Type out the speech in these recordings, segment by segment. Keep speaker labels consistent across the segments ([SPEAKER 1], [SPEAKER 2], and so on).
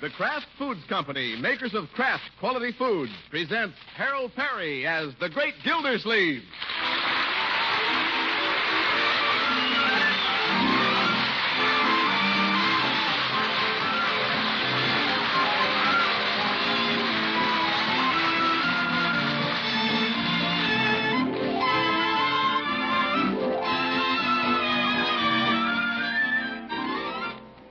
[SPEAKER 1] The Kraft Foods Company, makers of Kraft quality foods, presents Harold Perry as the Great Gildersleeve.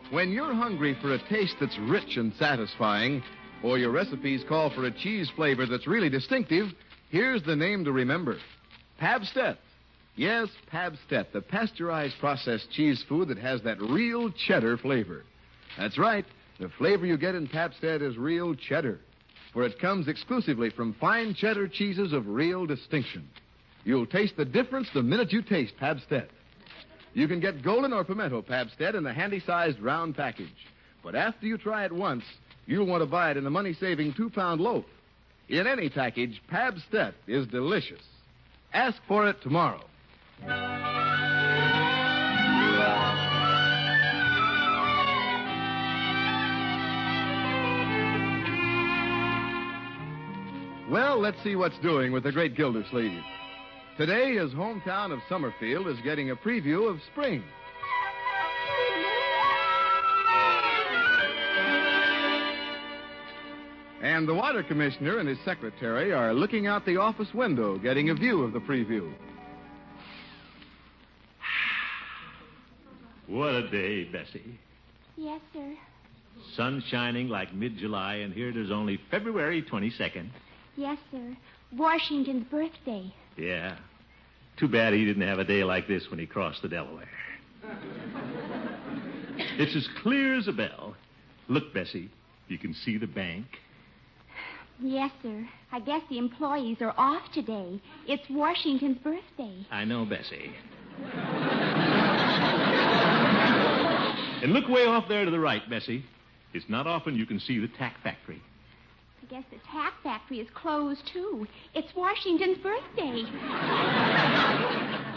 [SPEAKER 1] When you're hungry for a taste that's rich and satisfying, or your recipes call for a cheese flavor that's really distinctive, here's the name to remember Pabstet. Yes, Pabstet, the pasteurized processed cheese food that has that real cheddar flavor. That's right, the flavor you get in Pabstet is real cheddar, for it comes exclusively from fine cheddar cheeses of real distinction. You'll taste the difference the minute you taste Pabstet. You can get golden or pimento Pabstet in the handy sized round package. But after you try it once, you'll want to buy it in the money saving two pound loaf. In any package, Pabstet is delicious. Ask for it tomorrow. Well, let's see what's doing with the great Gildersleeve. Today, his hometown of Summerfield is getting a preview of spring. And the water commissioner and his secretary are looking out the office window, getting a view of the preview.
[SPEAKER 2] What a day, Bessie.
[SPEAKER 3] Yes, sir.
[SPEAKER 2] Sun shining like mid July, and here it is only February 22nd.
[SPEAKER 3] Yes, sir. Washington's birthday.
[SPEAKER 2] Yeah. Too bad he didn't have a day like this when he crossed the Delaware. it's as clear as a bell. Look, Bessie, you can see the bank.
[SPEAKER 3] Yes, sir. I guess the employees are off today. It's Washington's birthday.
[SPEAKER 2] I know, Bessie. and look way off there to the right, Bessie. It's not often you can see the tack factory.
[SPEAKER 3] I guess the tack factory is closed, too. It's Washington's birthday.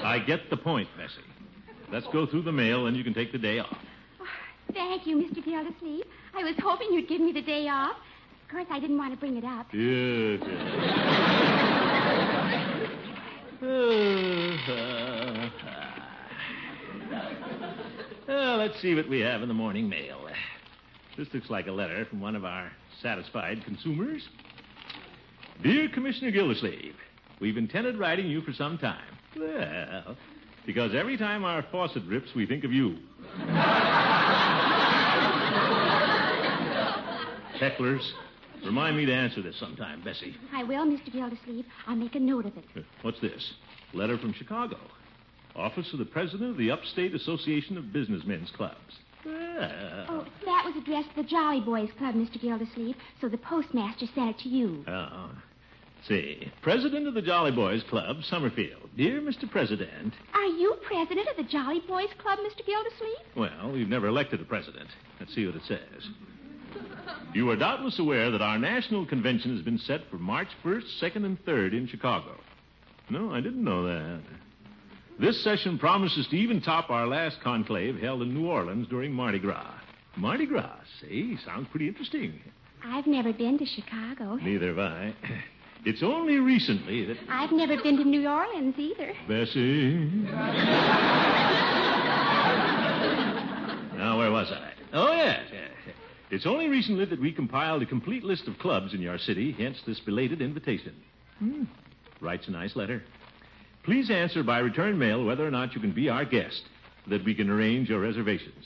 [SPEAKER 2] I get the point, Bessie. Let's go through the mail, and you can take the day off.
[SPEAKER 3] Oh, thank you, Mr. Gildersleeve. I was hoping you'd give me the day off. Of course, I didn't want to bring it up.
[SPEAKER 2] Yeah, yeah. Uh, let's see what we have in the morning mail. This looks like a letter from one of our satisfied consumers. Dear Commissioner Gildersleeve, we've intended writing you for some time. Well, because every time our faucet drips, we think of you. Hecklers, remind me to answer this sometime, Bessie.
[SPEAKER 3] I will, Mr. Gildersleeve. I'll make a note of it.
[SPEAKER 2] What's this? Letter from Chicago. Office of the President of the Upstate Association of Businessmen's Clubs. Well.
[SPEAKER 3] Oh, that was addressed to the Jolly Boys Club, Mr. Gildersleeve, so the postmaster sent it to you.
[SPEAKER 2] Oh. See, President of the Jolly Boys Club, Summerfield. Dear Mr. President.
[SPEAKER 3] Are you president of the Jolly Boys Club, Mr. Gildersleeve?
[SPEAKER 2] Well, we've never elected a president. Let's see what it says. You are doubtless aware that our national convention has been set for March 1st, 2nd, and 3rd in Chicago. No, I didn't know that. This session promises to even top our last conclave held in New Orleans during Mardi Gras. Mardi Gras, see? Sounds pretty interesting.
[SPEAKER 3] I've never been to Chicago.
[SPEAKER 2] Neither have I. It's only recently that.
[SPEAKER 3] I've never been to New Orleans either.
[SPEAKER 2] Bessie. now, where was I? Oh, yes, yes. yes. It's only recently that we compiled a complete list of clubs in your city, hence this belated invitation. Hmm. Writes a nice letter. Please answer by return mail whether or not you can be our guest, that we can arrange your reservations.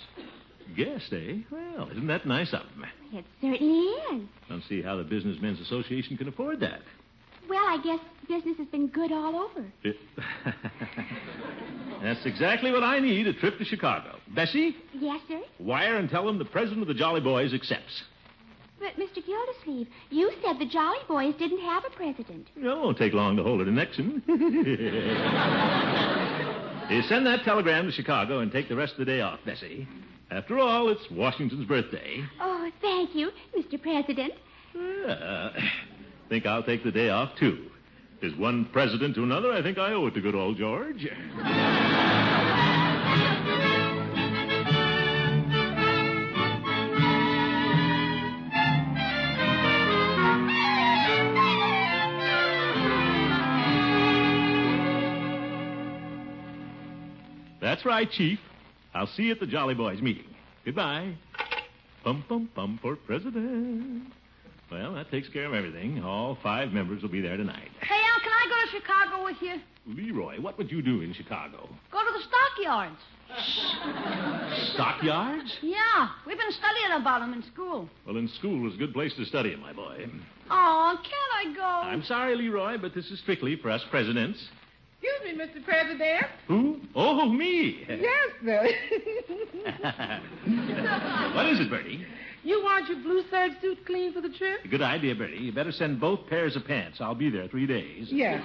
[SPEAKER 2] Guest, eh? Well, isn't that nice of them?
[SPEAKER 3] It certainly is.
[SPEAKER 2] Don't see how the Businessmen's Association can afford that.
[SPEAKER 3] Well, I guess business has been good all over.
[SPEAKER 2] It- That's exactly what I need a trip to Chicago. Bessie,
[SPEAKER 3] Yes, sir?
[SPEAKER 2] wire and tell them the president of the Jolly Boys accepts.
[SPEAKER 3] But, Mr. Gildersleeve, you said the Jolly Boys didn't have a president.
[SPEAKER 2] It won't take long to hold an election. you send that telegram to Chicago and take the rest of the day off, Bessie. After all, it's Washington's birthday.
[SPEAKER 3] Oh, thank you, Mr. President.
[SPEAKER 2] Uh, think I'll take the day off, too. There's one president to another. I think I owe it to good old George. That's right, Chief. I'll see you at the Jolly Boys meeting. Goodbye. Pum, pum, pum for president. Well, that takes care of everything. All five members will be there tonight.
[SPEAKER 4] Hey, Al, can I go to Chicago with you?
[SPEAKER 2] Leroy, what would you do in Chicago?
[SPEAKER 4] Go to the stockyards.
[SPEAKER 2] Stockyards?
[SPEAKER 4] Yeah, we've been studying about them in school.
[SPEAKER 2] Well, in school is a good place to study 'em, my boy.
[SPEAKER 4] Oh, can't I go?
[SPEAKER 2] I'm sorry, Leroy, but this is strictly for us presidents.
[SPEAKER 5] Excuse me, Mr. President.
[SPEAKER 2] Who? Oh, me.
[SPEAKER 5] Yes, sir.
[SPEAKER 2] what is it, Bertie?
[SPEAKER 5] you want your blue serge suit clean for the trip?
[SPEAKER 2] Good idea, Bertie. You better send both pairs of pants. I'll be there three days.
[SPEAKER 5] Yes.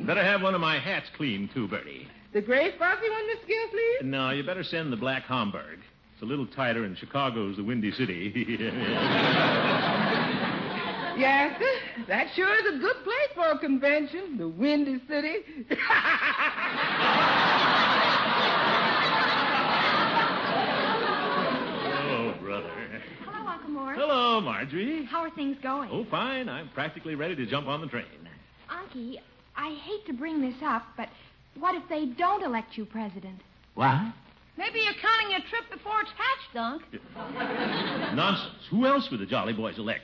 [SPEAKER 2] Better have one of my hats cleaned, too, Bertie.
[SPEAKER 5] The gray fuzzy one, Miss Gill, please?
[SPEAKER 2] No, you better send the black Homburg. It's a little tighter, and Chicago's the windy city.
[SPEAKER 5] Yes, sir. That sure is a good place for a convention. The Windy City.
[SPEAKER 2] oh, brother.
[SPEAKER 3] Hello, Uncle Morris.
[SPEAKER 2] Hello, Marjorie.
[SPEAKER 3] How are things going?
[SPEAKER 2] Oh, fine. I'm practically ready to jump on the train.
[SPEAKER 3] Unky, I hate to bring this up, but what if they don't elect you president?
[SPEAKER 2] What?
[SPEAKER 4] Maybe you're counting your trip before it's hatched, Dunk.
[SPEAKER 2] Nonsense. Who else would the Jolly Boys elect?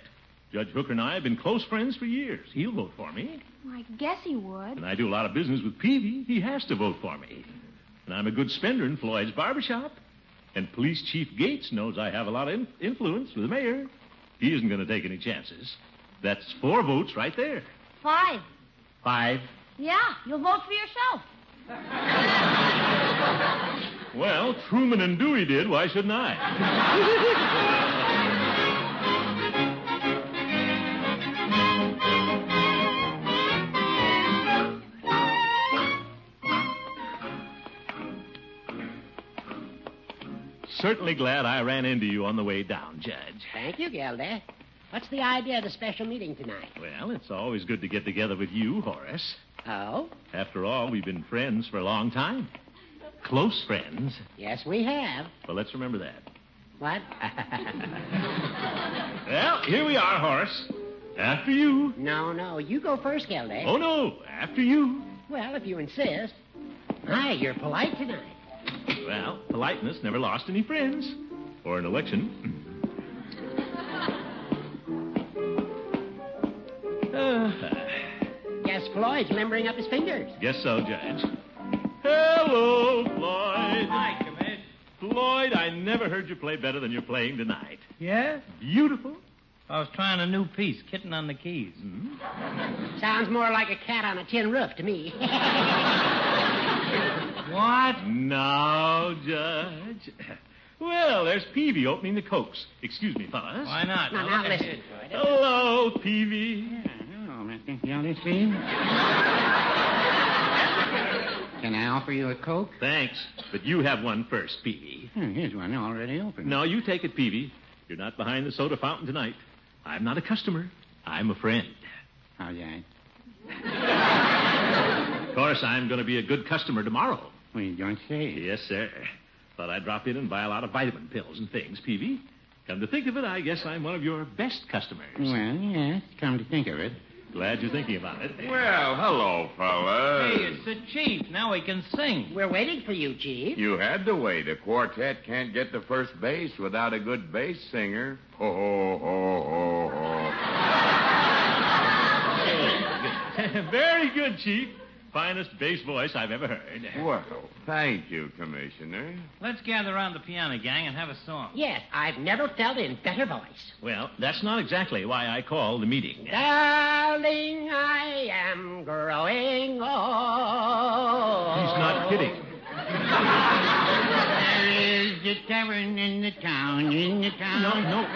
[SPEAKER 2] Judge Hooker and I have been close friends for years. He'll vote for me.
[SPEAKER 3] Well, I guess he would.
[SPEAKER 2] And I do a lot of business with Peavy. He has to vote for me. And I'm a good spender in Floyd's barbershop. And Police Chief Gates knows I have a lot of in- influence with the mayor. He isn't going to take any chances. That's four votes right there.
[SPEAKER 4] Five.
[SPEAKER 2] Five.
[SPEAKER 4] Yeah, you'll vote for yourself.
[SPEAKER 2] Well, Truman and Dewey did. Why shouldn't I? Certainly glad I ran into you on the way down, Judge.
[SPEAKER 6] Thank you, Gilda. What's the idea of the special meeting tonight?
[SPEAKER 2] Well, it's always good to get together with you, Horace.
[SPEAKER 6] Oh?
[SPEAKER 2] After all, we've been friends for a long time. Close friends.
[SPEAKER 6] Yes, we have.
[SPEAKER 2] Well, let's remember that.
[SPEAKER 6] What?
[SPEAKER 2] Well, here we are, Horace. After you.
[SPEAKER 6] no, no. You go first, Gilda.
[SPEAKER 2] Oh, no, after you.
[SPEAKER 6] Well, if you insist. My, you're polite tonight.
[SPEAKER 2] Well, politeness never lost any friends. Or an election.
[SPEAKER 6] Guess Floyd's limbering up his fingers.
[SPEAKER 2] Uh, Guess so, Judge. Hello, Floyd.
[SPEAKER 7] Hi, Command.
[SPEAKER 2] Floyd, I never heard you play better than you're playing tonight.
[SPEAKER 7] Yeah?
[SPEAKER 2] Beautiful. Mm-hmm.
[SPEAKER 7] I was trying a new piece, Kitten on the Keys.
[SPEAKER 6] Sounds more like a cat on a tin roof to me.
[SPEAKER 7] What?
[SPEAKER 2] Now, Judge. Well, there's Peavy opening the cokes. Excuse me, fellas.
[SPEAKER 7] Why not?
[SPEAKER 6] now,
[SPEAKER 7] look
[SPEAKER 6] now,
[SPEAKER 7] at
[SPEAKER 6] listen.
[SPEAKER 2] Hello, Peavy.
[SPEAKER 8] Oh, Can I offer you a Coke?
[SPEAKER 2] Thanks, but you have one first, Peavy.
[SPEAKER 8] Hmm, here's one already open.
[SPEAKER 2] No, you take it, Peavy. You're not behind the soda fountain tonight. I'm not a customer. I'm a friend.
[SPEAKER 9] Oh,
[SPEAKER 8] How's that?
[SPEAKER 2] Of course, I'm going to be a good customer tomorrow.
[SPEAKER 8] Well, you don't say.
[SPEAKER 2] Yes, sir. Thought I'd drop in and buy a lot of vitamin pills and things, Peavy. Come to think of it, I guess I'm one of your best customers.
[SPEAKER 9] Mm.
[SPEAKER 8] Well, yes, come to think of it.
[SPEAKER 2] Glad you're thinking about it.
[SPEAKER 9] Well, hello,
[SPEAKER 7] Hey,
[SPEAKER 9] fellas.
[SPEAKER 7] it's the chief. Now he can sing.
[SPEAKER 6] We're waiting for you, Chief.
[SPEAKER 9] You had to wait. A quartet can't get to first base without a good bass singer. Ho, ho, ho, ho, ho.
[SPEAKER 2] Very good, Chief. Finest bass voice I've ever heard.
[SPEAKER 9] Well, thank you, Commissioner.
[SPEAKER 7] Let's gather around the piano, gang, and have a song.
[SPEAKER 6] Yes, I've never felt in better voice.
[SPEAKER 2] Well, that's not exactly why I called the meeting.
[SPEAKER 6] Darling, I am growing old.
[SPEAKER 2] He's not kidding.
[SPEAKER 8] There is the tavern in the town, in the
[SPEAKER 2] No,
[SPEAKER 8] town.
[SPEAKER 2] no.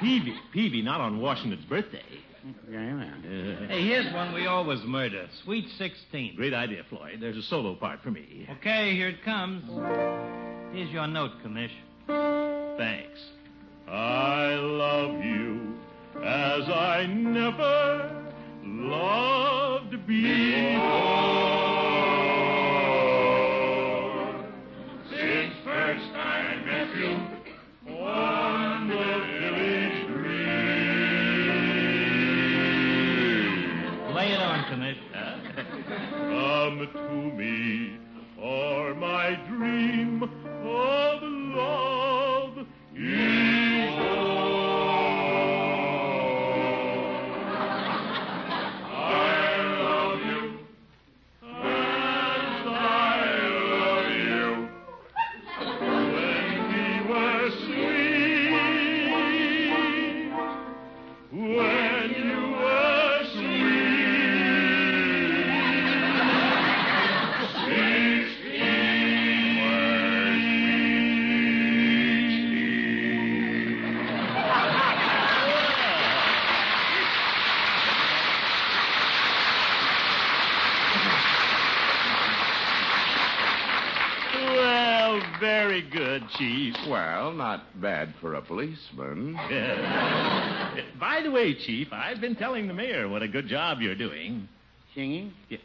[SPEAKER 2] Peavy, Peavy, not on Washington's birthday.
[SPEAKER 8] Very well.
[SPEAKER 2] Uh,
[SPEAKER 7] Hey, here's one we always murder Sweet 16.
[SPEAKER 2] great idea, Floyd. There's a solo part for me.
[SPEAKER 7] Okay, here it comes. Here's your note, Commish.
[SPEAKER 2] Thanks. I love you as I never loved before. Since first I met you on the village green.
[SPEAKER 7] Lay it on, Commish.
[SPEAKER 2] Come to me, good, Chief.
[SPEAKER 9] Well, not bad for a policeman.
[SPEAKER 2] Yeah. By the way, Chief, I've been telling the mayor what a good job you're doing.
[SPEAKER 8] Singing?
[SPEAKER 2] Yeah.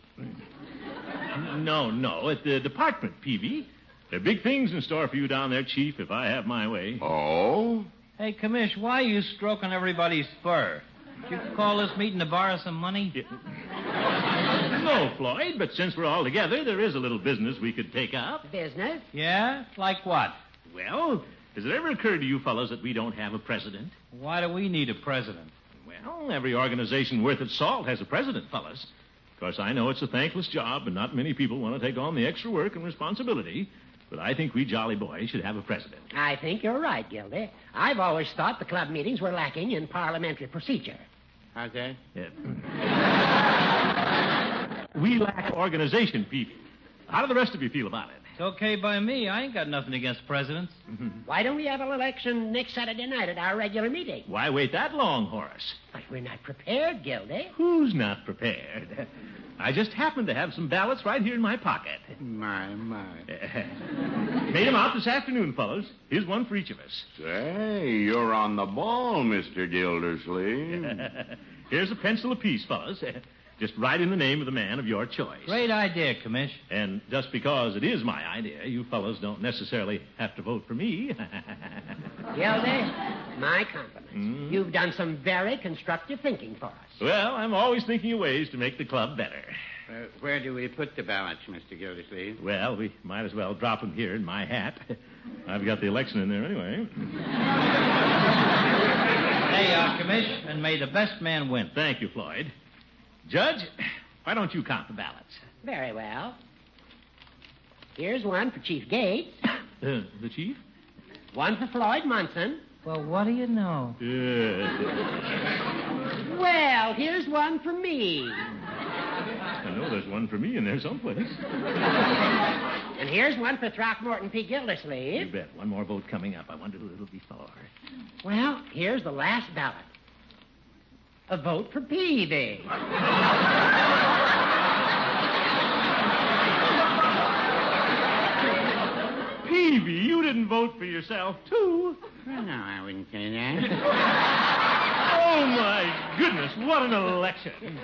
[SPEAKER 2] No, no, at the department, Peavy. There are big things in store for you down there, Chief, if I have my way.
[SPEAKER 9] Oh?
[SPEAKER 7] Hey, Commish, why are you stroking everybody's fur? Did you call this meeting to borrow some money?
[SPEAKER 2] No, Floyd, but since we're all together, there is a little business we could take up.
[SPEAKER 6] Business?
[SPEAKER 7] Yeah? Like what?
[SPEAKER 2] Well, has it ever occurred to you fellows that we don't have a president?
[SPEAKER 7] Why do we need a president?
[SPEAKER 2] Well, every organization worth its salt has a president, fellas. Of course, I know it's a thankless job, and not many people want to take on the extra work and responsibility. But I think we jolly boys should have a president.
[SPEAKER 6] I think you're right, Gildy. I've always thought the club meetings were lacking in parliamentary procedure.
[SPEAKER 8] How's that?
[SPEAKER 2] Yeah. we lack organization, Peavy. How do the rest of you feel about it?
[SPEAKER 7] It's okay by me. I ain't got nothing against presidents.
[SPEAKER 6] Why don't we have an election next Saturday night at our regular meeting?
[SPEAKER 2] Why wait that long, Horace?
[SPEAKER 6] But we're not prepared, Gildy.
[SPEAKER 2] Who's not prepared? I just happen to have some ballots right here in my pocket.
[SPEAKER 8] My, my.
[SPEAKER 2] Made 'em out this afternoon, fellows. Here's one for each of us.
[SPEAKER 9] Say, you're on the ball, Mr. Gildersleeve.
[SPEAKER 2] Here's a pencil apiece, fellas. Just write in the name of the man of your choice.
[SPEAKER 7] Great idea, Commish.
[SPEAKER 2] And just because it is my idea, you fellows don't necessarily have to vote for me.
[SPEAKER 6] Gildy, my compliments.
[SPEAKER 2] Mm-hmm.
[SPEAKER 6] You've done some very constructive thinking for us.
[SPEAKER 2] well, I'm always thinking of ways to make the club better.
[SPEAKER 8] Uh, where do we put the ballots, Mr. Gildersleeve?
[SPEAKER 2] Well, we might as well drop them here in my hat. I've got the election in there anyway.
[SPEAKER 7] Hey, uh, Commish, and may the best man win.
[SPEAKER 2] Thank you, Floyd. Judge, why don't you count the ballots?
[SPEAKER 6] Very well. Here's one for Chief Gates,
[SPEAKER 2] Uh, the chief?
[SPEAKER 6] one for Floyd Munson.
[SPEAKER 7] Well, what do you know?
[SPEAKER 2] Uh,
[SPEAKER 6] Well, here's one for me.
[SPEAKER 2] I know there's one for me in there someplace.
[SPEAKER 6] And here's one for Throckmorton P.
[SPEAKER 2] You
[SPEAKER 6] Gildersleeve.
[SPEAKER 2] bet. One more vote coming up. I wonder who it'll be for.
[SPEAKER 6] Well, here's the last ballot. A vote for Peavy.
[SPEAKER 2] Peavy, you didn't vote for yourself, too.
[SPEAKER 8] Well, no, I wouldn't say that.
[SPEAKER 2] Oh, my goodness. What an election.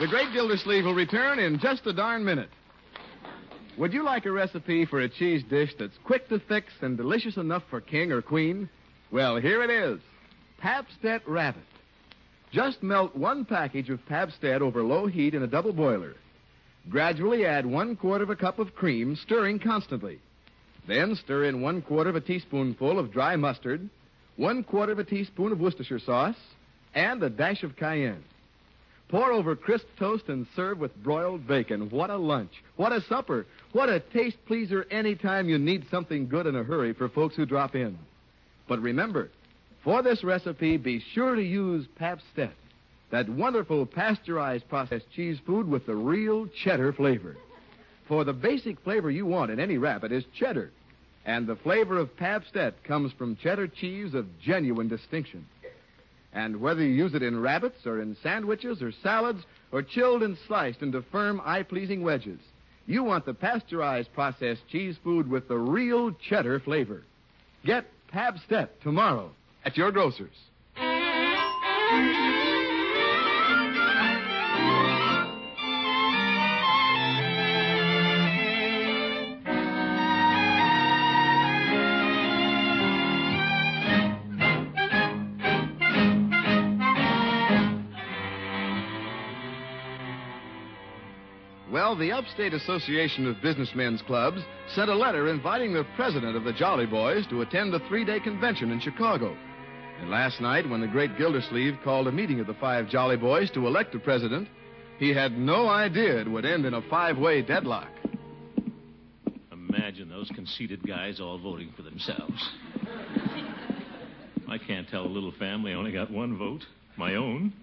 [SPEAKER 1] The great Gildersleeve will return in just a darn minute. Would you like a recipe for a cheese dish that's quick to fix and delicious enough for king or queen? Well, here it is Pabstet Rabbit. Just melt one package of Pabstet over low heat in a double boiler. Gradually add one quarter of a cup of cream, stirring constantly. Then stir in one quarter of a teaspoonful of dry mustard, one quarter of a teaspoon of Worcestershire sauce, and a dash of cayenne. Pour over crisp toast and serve with broiled bacon. What a lunch. What a supper. What a taste pleaser anytime you need something good in a hurry for folks who drop in. But remember, for this recipe, be sure to use Pabstet, that wonderful pasteurized processed cheese food with the real cheddar flavor. For the basic flavor you want in any rabbit is cheddar, and the flavor of Pabstet comes from cheddar cheese of genuine distinction. And whether you use it in rabbits or in sandwiches or salads or chilled and sliced into firm, eye pleasing wedges, you want the pasteurized processed cheese food with the real cheddar flavor. Get Pabstet tomorrow at your grocer's. Well, the Upstate Association of Businessmen's Clubs sent a letter inviting the president of the Jolly Boys to attend a three day convention in Chicago. And last night, when the great Gildersleeve called a meeting of the five Jolly Boys to elect a president, he had no idea it would end in a five way deadlock.
[SPEAKER 2] Imagine those conceited guys all voting for themselves. I can't tell a little family only got one vote, my own.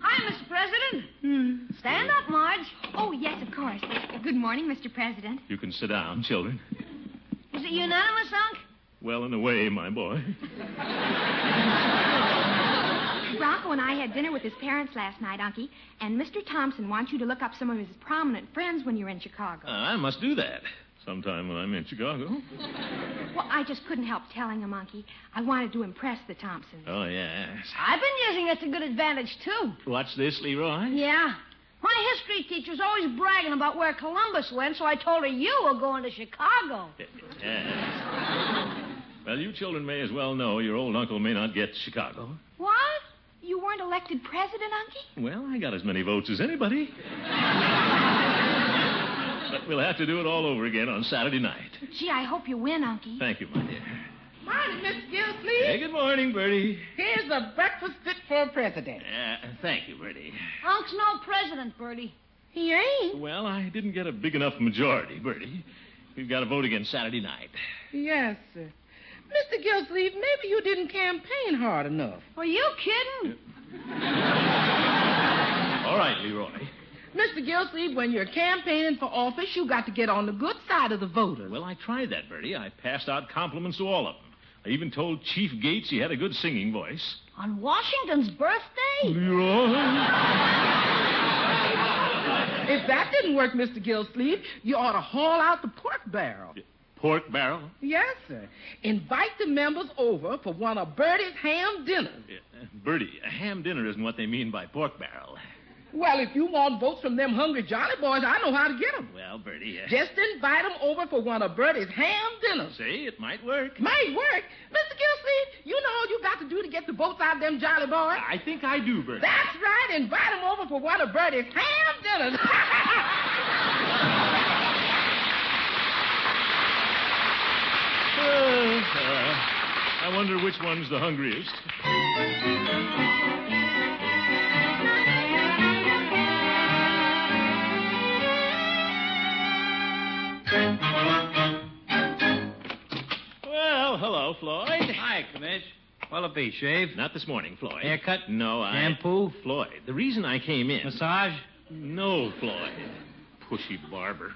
[SPEAKER 4] Hi, Mr. President.
[SPEAKER 3] Hmm.
[SPEAKER 4] Stand up, Marge.
[SPEAKER 3] Oh, yes, of course. Good morning, Mr. President.
[SPEAKER 2] You can sit down, children.
[SPEAKER 4] Is it unanimous, Unc?
[SPEAKER 2] Well, in a way, my boy.
[SPEAKER 3] Rocco and I had dinner with his parents last night, Unky, and Mr. Thompson wants you to look up some of his prominent friends when you're in Chicago.
[SPEAKER 2] I must do that sometime when I'm in Chicago.
[SPEAKER 3] Well, I just couldn't help telling him, Unky. I wanted to impress the Thompsons.
[SPEAKER 2] Oh, yes.
[SPEAKER 4] I've been using it to good advantage, too.
[SPEAKER 2] Watch this, Leroy.
[SPEAKER 4] Yeah. My history teacher's always bragging about where Columbus went, so I told her you were going to Chicago.
[SPEAKER 2] Yes. Uh, Well, you children may as well know your old uncle may not get Chicago.
[SPEAKER 3] What? You weren't elected president, Unky?
[SPEAKER 2] Well, I got as many votes as anybody. but we'll have to do it all over again on Saturday night.
[SPEAKER 3] Gee, I hope you win, Unky.
[SPEAKER 2] Thank you, my dear.
[SPEAKER 5] Morning, Miss
[SPEAKER 2] Hey,
[SPEAKER 5] Gilsleeve.
[SPEAKER 2] good morning, Bertie.
[SPEAKER 5] Here's a breakfast fit for a president.
[SPEAKER 2] Uh, thank you, Bertie.
[SPEAKER 4] Unc's no president, Bertie.
[SPEAKER 3] He ain't.
[SPEAKER 2] Well, I didn't get a big enough majority, Bertie. We've got to vote again Saturday night.
[SPEAKER 5] Yes, sir. Mr. Gilsleeve, maybe you didn't campaign hard enough.
[SPEAKER 4] Are you kidding?
[SPEAKER 2] All right, Leroy.
[SPEAKER 5] Mr. Gilsleeve, when you're campaigning for office, you got to get on the good side of the voters.
[SPEAKER 2] Well, I tried that, Bertie. I passed out compliments to all of them. I even told Chief Gates he had a good singing voice.
[SPEAKER 4] On Washington's birthday?
[SPEAKER 2] Leroy?
[SPEAKER 5] If that didn't work, Mr. Gilsleeve, you ought to haul out the pork barrel.
[SPEAKER 2] Pork barrel?
[SPEAKER 5] Yes, sir. Invite the members over for one of Bertie's ham dinners.
[SPEAKER 2] Yeah, Uh, Bertie, a ham dinner isn't what they mean by pork barrel.
[SPEAKER 5] Well, if you want votes from them hungry jolly boys, I know how to get 'em.
[SPEAKER 2] Well, Bertie, uh,
[SPEAKER 5] Just invite 'em over for one of Bertie's ham dinners.
[SPEAKER 2] say it might work.
[SPEAKER 5] May work. Mr. Gilsleeve, you know all you got to do to get the votes out of them jolly boys.
[SPEAKER 2] I think I do, Bertie.
[SPEAKER 5] That's right. Invite 'em over for one of Bertie's ham dinners.
[SPEAKER 2] Uh, uh, I wonder which one's the hungriest. Well, hello, Floyd.
[SPEAKER 7] Hi, Commish. Well, a be shaved.
[SPEAKER 2] Not this morning, Floyd.
[SPEAKER 7] Haircut?
[SPEAKER 2] No, I.
[SPEAKER 7] Shampoo?
[SPEAKER 2] Floyd. The reason I came in.
[SPEAKER 7] Massage?
[SPEAKER 2] No, Floyd. Pushy barber.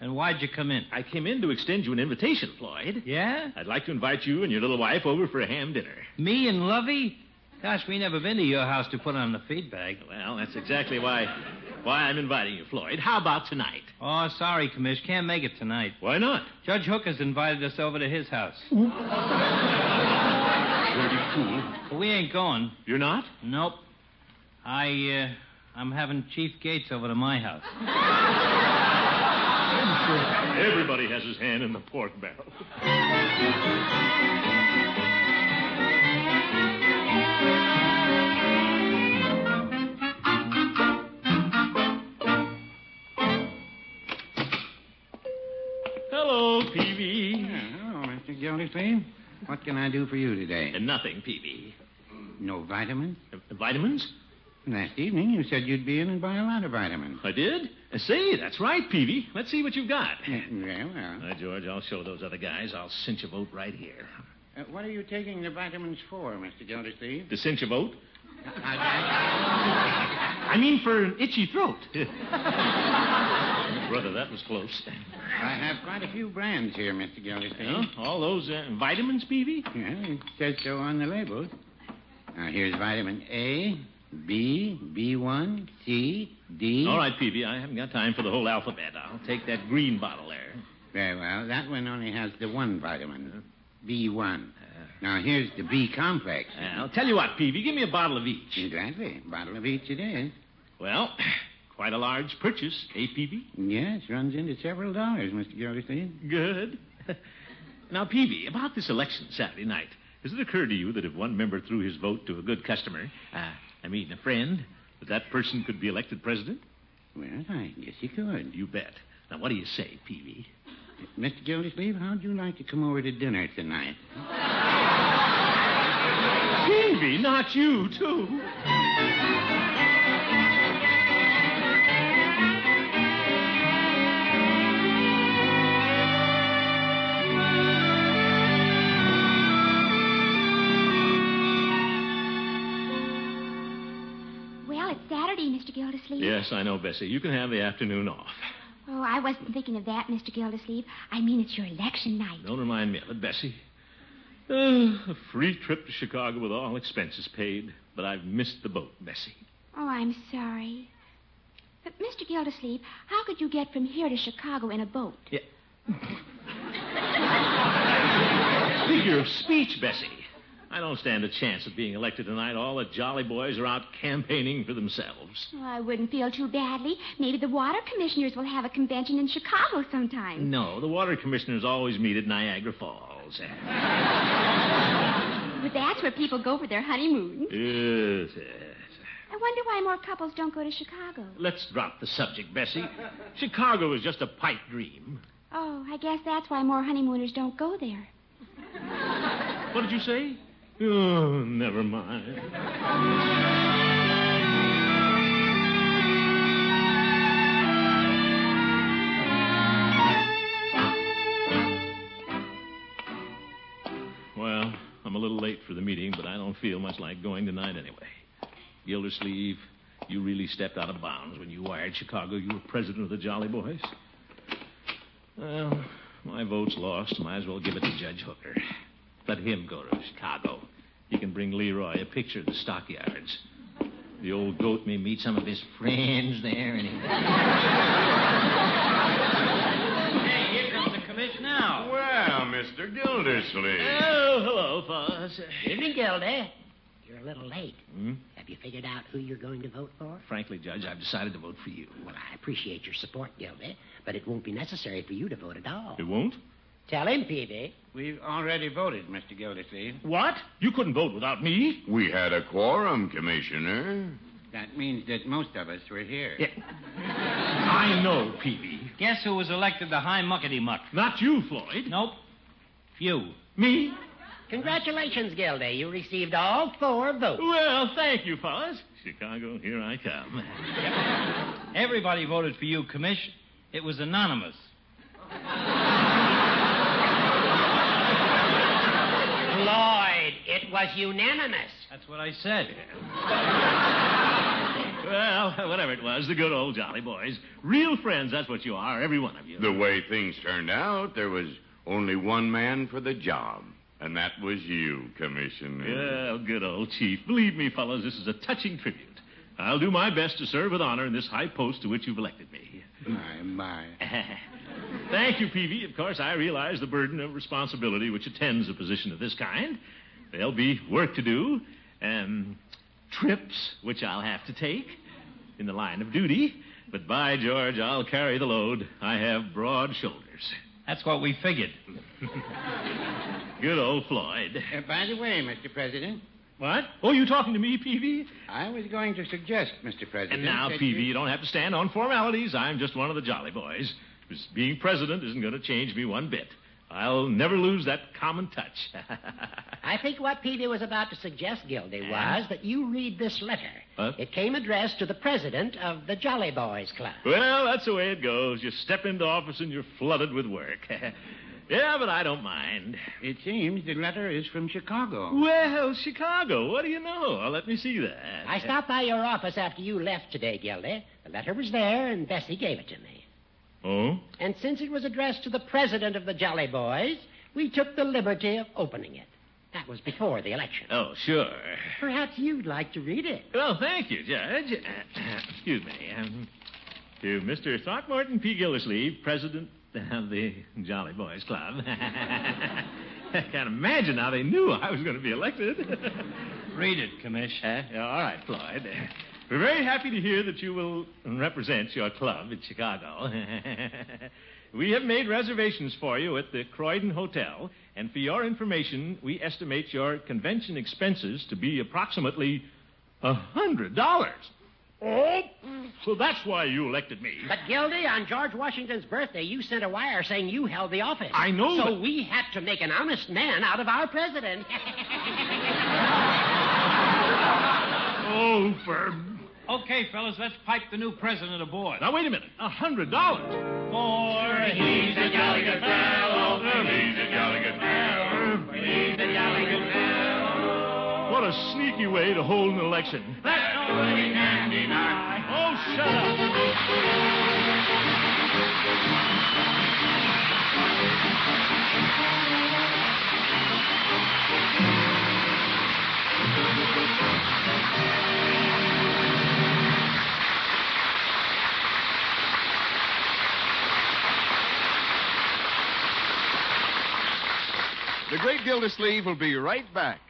[SPEAKER 7] And why'd you come in?
[SPEAKER 2] I came in to extend you an invitation, Floyd.
[SPEAKER 7] Yeah?
[SPEAKER 2] I'd like to invite you and your little wife over for a ham dinner.
[SPEAKER 7] Me and Lovey? Gosh, we never been to your house to put on the feed bag.
[SPEAKER 2] Well, that's exactly why why I'm inviting you, Floyd. How about tonight?
[SPEAKER 7] Oh, sorry, Commish. Can't make it tonight.
[SPEAKER 2] Why not?
[SPEAKER 7] Judge Hooker's invited us over to his house.
[SPEAKER 2] Pretty cool.
[SPEAKER 7] But we ain't going.
[SPEAKER 2] You're not?
[SPEAKER 7] Nope. I, uh, I'm having Chief Gates over to my house.
[SPEAKER 2] Everybody has his hand in the pork barrel. Hello, PB.
[SPEAKER 8] Hello, Mr. Gildersleeve. What can I do for you today?
[SPEAKER 2] And Uh, nothing, PB.
[SPEAKER 8] No vitamins?
[SPEAKER 2] Uh, Vitamins?
[SPEAKER 8] Last evening you said you'd be in and buy a lot of vitamins.
[SPEAKER 2] I did. Uh, Say, that's right, Peavy. Let's see what you've got.
[SPEAKER 8] Yeah, Very well.
[SPEAKER 2] Now, George, I'll show those other guys. I'll cinch a vote right here.
[SPEAKER 8] Uh, what are you taking the vitamins for, Mr. Gildersleeve?
[SPEAKER 2] To cinch a vote?
[SPEAKER 8] I-
[SPEAKER 2] I mean for an itchy throat. Brother, that was close.
[SPEAKER 8] I, I have quite a few brands here, Mr. Gildersleeve.
[SPEAKER 2] Well, all those uh, vitamins, Peavy?
[SPEAKER 8] Yeah, it says so on the labels. Now, here's vitamin A, B, B1, C, D.
[SPEAKER 2] All right, Peavy, I haven't got time for the whole alphabet. I'll take that green bottle there. Uh-huh.
[SPEAKER 8] Very well. That one only has the one vitamin, B1. Now, here's the B complex.
[SPEAKER 2] Uh, I'll tell you what, Peavy, give me a bottle of each.
[SPEAKER 8] Exactly. Bottle of each it is.
[SPEAKER 2] Well, quite a large purchase, eh, Peavy?
[SPEAKER 8] Yes, runs into several dollars, Mr. Gildersleeve.
[SPEAKER 2] Good. now, Peavy, about this election Saturday night, has it occurred to you that if one member threw his vote to a good customer, uh, I mean a friend, that that person could be elected president?
[SPEAKER 8] Well, I guess you could.
[SPEAKER 2] You bet. Now, what do you say, Peavy?
[SPEAKER 8] Mr. Gildersleeve, how'd you like to come over to dinner tonight?
[SPEAKER 2] Peavy, not you, too.
[SPEAKER 3] Well, it's Saturday, Mr. Gildersleeve.
[SPEAKER 2] Yes, I know, Bessie. You can have the afternoon off.
[SPEAKER 3] Oh, I wasn't thinking of that, Mr. Gildersleeve. I mean, it's your election night.
[SPEAKER 2] Don't remind me of it, Bessie. Uh, a free trip to Chicago with all expenses paid, but I've missed the boat, Bessie.
[SPEAKER 3] Oh, I'm sorry. But, Mr. Gildersleeve, how could you get from here to Chicago in a boat?
[SPEAKER 2] Yeah. Figure of speech, Bessie. I don't stand a chance of being elected tonight. All the jolly boys are out campaigning for themselves.
[SPEAKER 3] Oh, I wouldn't feel too badly. Maybe the water commissioners will have a convention in Chicago sometime.
[SPEAKER 2] No, the water commissioners always meet at Niagara Falls.
[SPEAKER 3] But that's where people go for their honeymoon.
[SPEAKER 2] yes, yes.
[SPEAKER 3] I wonder why more couples don't go to Chicago.
[SPEAKER 2] Let's drop the subject, Bessie. Chicago is just a pipe dream.
[SPEAKER 3] Oh, I guess that's why more honeymooners don't go there.
[SPEAKER 2] What did you say? Oh, never mind. Well, I'm a little late for the meeting, but I don't feel much like going tonight anyway. Gildersleeve, you really stepped out of bounds when you wired Chicago you were president of the Jolly Boys. Well, my vote's lost. Might as well give it to Judge Hooker. Let him go to Chicago. He can bring Leroy a picture of the stockyards. The old goat may meet some of his friends there, and he...
[SPEAKER 7] Hey, here comes the commission now.
[SPEAKER 9] Well, Mr. Gildersleeve.
[SPEAKER 2] Oh, hello, Foss.
[SPEAKER 6] Evening, Gildy. You're a little late.
[SPEAKER 2] Hmm?
[SPEAKER 6] Have you figured out who you're going to vote for?
[SPEAKER 2] Frankly, Judge, I've decided to vote for you.
[SPEAKER 6] Well, I appreciate your support, Gildy, but it won't be necessary for you to vote at all.
[SPEAKER 2] It won't?
[SPEAKER 6] Tell him, Peavy.
[SPEAKER 8] We've already voted, Mr. Gildersleeve.
[SPEAKER 2] What? You couldn't vote without me?
[SPEAKER 9] We had a quorum, Commissioner.
[SPEAKER 8] That means that most of us were here.
[SPEAKER 2] I know, Peavy.
[SPEAKER 7] Guess who was elected the high muckety muck?
[SPEAKER 2] Not you, Floyd.
[SPEAKER 7] Nope. You.
[SPEAKER 2] Me?
[SPEAKER 6] Congratulations, Gildy. You received all four votes.
[SPEAKER 2] Well, thank you, fellas. Chicago, here I come.
[SPEAKER 7] Everybody voted for you, commission. It was anonymous.
[SPEAKER 6] Floyd, it was unanimous.
[SPEAKER 7] That's what I said.
[SPEAKER 2] Well, whatever it was, the good old jolly boys. Real friends, that's what you are, every one of you.
[SPEAKER 9] The way things turned out, there was only one man for the job, and that was you, Commissioner.
[SPEAKER 8] Mm.
[SPEAKER 2] Well, good old chief. Believe me, fellas, this is a touching tribute. I'll do my best to serve with honor in this high post to which you've elected me.
[SPEAKER 8] My, my.
[SPEAKER 2] Thank you, Peavy. Of course, I realize the burden of responsibility which attends a position of this kind. There'll be work to do, um, trips which I'll have to take in the line of duty. But by George, I'll carry the load. I have broad shoulders.
[SPEAKER 7] That's what we figured.
[SPEAKER 2] Good old Floyd.
[SPEAKER 8] Uh, by the way, Mr. President,
[SPEAKER 2] What? Oh, you talking to me, Peavy?
[SPEAKER 8] I was going to suggest, Mr. President.
[SPEAKER 2] And now,
[SPEAKER 8] that
[SPEAKER 2] Peavy,
[SPEAKER 8] you-
[SPEAKER 2] you don't have to stand on formalities. I'm just one of the jolly boys. Just being president isn't going to change me one bit. I'll never lose that common touch.
[SPEAKER 6] I think what Peavy was about to suggest, Gildy, was that you read this letter.
[SPEAKER 2] What?
[SPEAKER 6] It came addressed to the president of the Jolly Boys Club.
[SPEAKER 2] well, that's the way it goes. You step into office and you're flooded with work. yeah, but I don't mind.
[SPEAKER 8] It seems the letter is from Chicago.
[SPEAKER 2] Well, Chicago, what do you know? Well, let me see that.
[SPEAKER 6] I stopped by your office after you left today, Gildy. The letter was there, and Bessie gave it to me.
[SPEAKER 2] Oh?
[SPEAKER 6] And since it was addressed to the president of the Jolly Boys, we took the liberty of opening it. That was before the election.
[SPEAKER 2] Oh, sure.
[SPEAKER 6] Perhaps you'd like to read it.
[SPEAKER 2] Well, Oh, thank you, Judge. Excuse me. Um, to Mr. Throckmorton P. Gildersleeve, president of the Jolly Boys Club. I can't imagine how they knew I was going to be elected.
[SPEAKER 7] Read it, commission.
[SPEAKER 2] Uh, all right, Floyd. We're very happy to hear that you will represent your club in Chicago. we have made reservations for you at the Croydon Hotel, and for your information, we estimate your convention expenses to be approximately a hundred dollars. Oh, so that's why you elected me.
[SPEAKER 6] But, Gildy, on George Washington's birthday, you sent a wire saying you held the office.
[SPEAKER 2] I know,
[SPEAKER 6] So
[SPEAKER 2] but-
[SPEAKER 6] we had to make an honest man out of our president.
[SPEAKER 2] Oh, for
[SPEAKER 7] Okay, fellas, let's pipe the new president aboard.
[SPEAKER 2] now wait a minute, a hundred dollars.
[SPEAKER 7] For he's a jolly good fellow.
[SPEAKER 9] He's a jolly good fellow.
[SPEAKER 2] What a sneaky way to hold an election. That's no way can deny. Oh, shut up.
[SPEAKER 1] The Great Gildersleeve will be right back.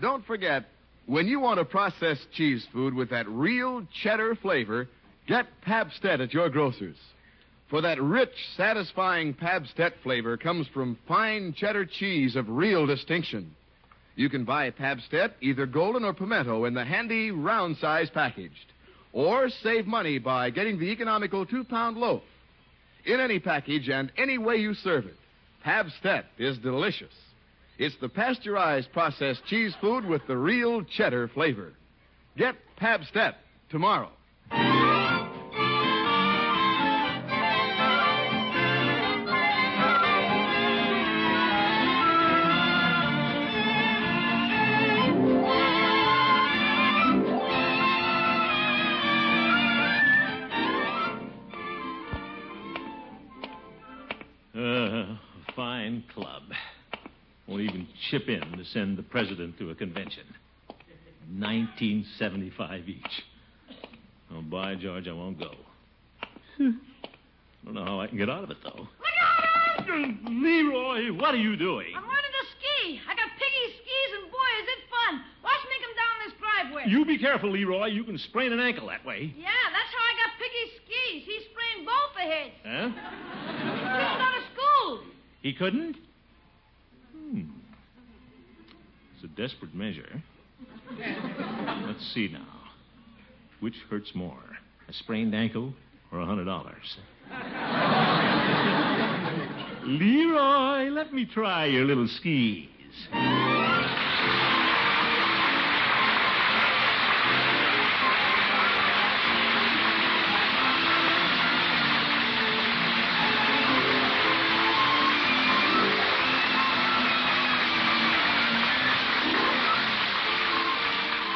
[SPEAKER 1] Don't forget, when you want to process cheese food with that real cheddar flavor, get Pabstet at your grocer's. For that rich, satisfying Pabstet flavor comes from fine cheddar cheese of real distinction. You can buy Pabstet, either golden or pimento, in the handy round size packaged. Or save money by getting the economical two pound loaf. In any package and any way you serve it, Pabstet is delicious. It's the pasteurized processed cheese food with the real cheddar flavor. Get Pabstet tomorrow.
[SPEAKER 2] Uh, fine club. Won't even chip in to send the president to a convention. 1975 each. Oh, by George, I won't go. I don't know how I can get out of it, though. Leroy, what are you doing?
[SPEAKER 4] I'm learning to ski. I got piggy skis, and boy, is it fun. Watch me come down this driveway.
[SPEAKER 2] You be careful, Leroy. You can sprain an ankle that way.
[SPEAKER 4] Yeah, that's how I got piggy skis. He sprained both of his.
[SPEAKER 2] Huh?
[SPEAKER 4] Dropped out of school.
[SPEAKER 2] He couldn't? Hmm. It's a desperate measure. Let's see now. Which hurts more, a sprained ankle or a hundred dollars? Leroy, let me try your little skis.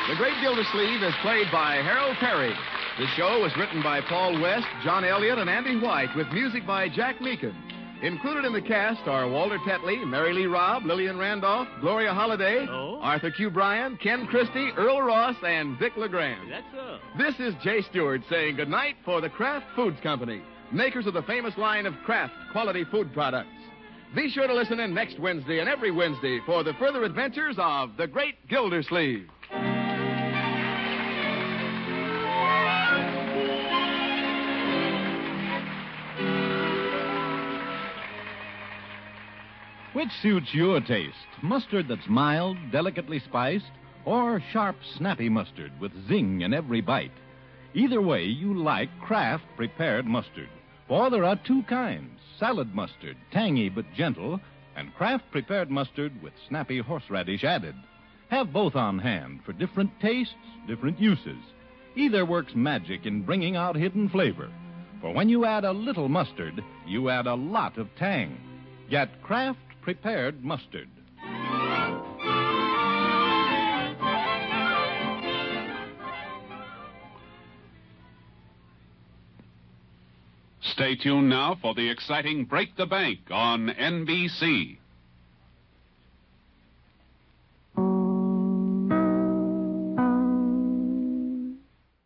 [SPEAKER 1] The Great Gildersleeve is played by Harold Perry. The show was written by Paul West, John Elliott, and Andy White, with music by Jack Meakin. Included in the cast are Walter Tetley, Mary Lee Robb, Lillian Randolph, Gloria Holliday, Arthur Q. Bryan, Ken Christie, Earl Ross, and Vic LeGrand.
[SPEAKER 2] That's so.
[SPEAKER 1] This is Jay Stewart saying goodnight for the Kraft Foods Company, makers of the famous line of Kraft quality food products. Be sure to listen in next Wednesday and every Wednesday for the further adventures of the Great Gildersleeve.
[SPEAKER 10] Which suits your taste? Mustard that's mild, delicately spiced, or sharp, snappy mustard with zing in every bite? Either way, you like Kraft prepared mustard. For there are two kinds salad mustard, tangy but gentle, and Kraft prepared mustard with snappy horseradish added. Have both on hand for different tastes, different uses. Either works magic in bringing out hidden flavor. For when you add a little mustard, you add a lot of tang. Get Kraft prepared mustard.
[SPEAKER 11] Stay tuned now for the exciting Break the Bank on NBC.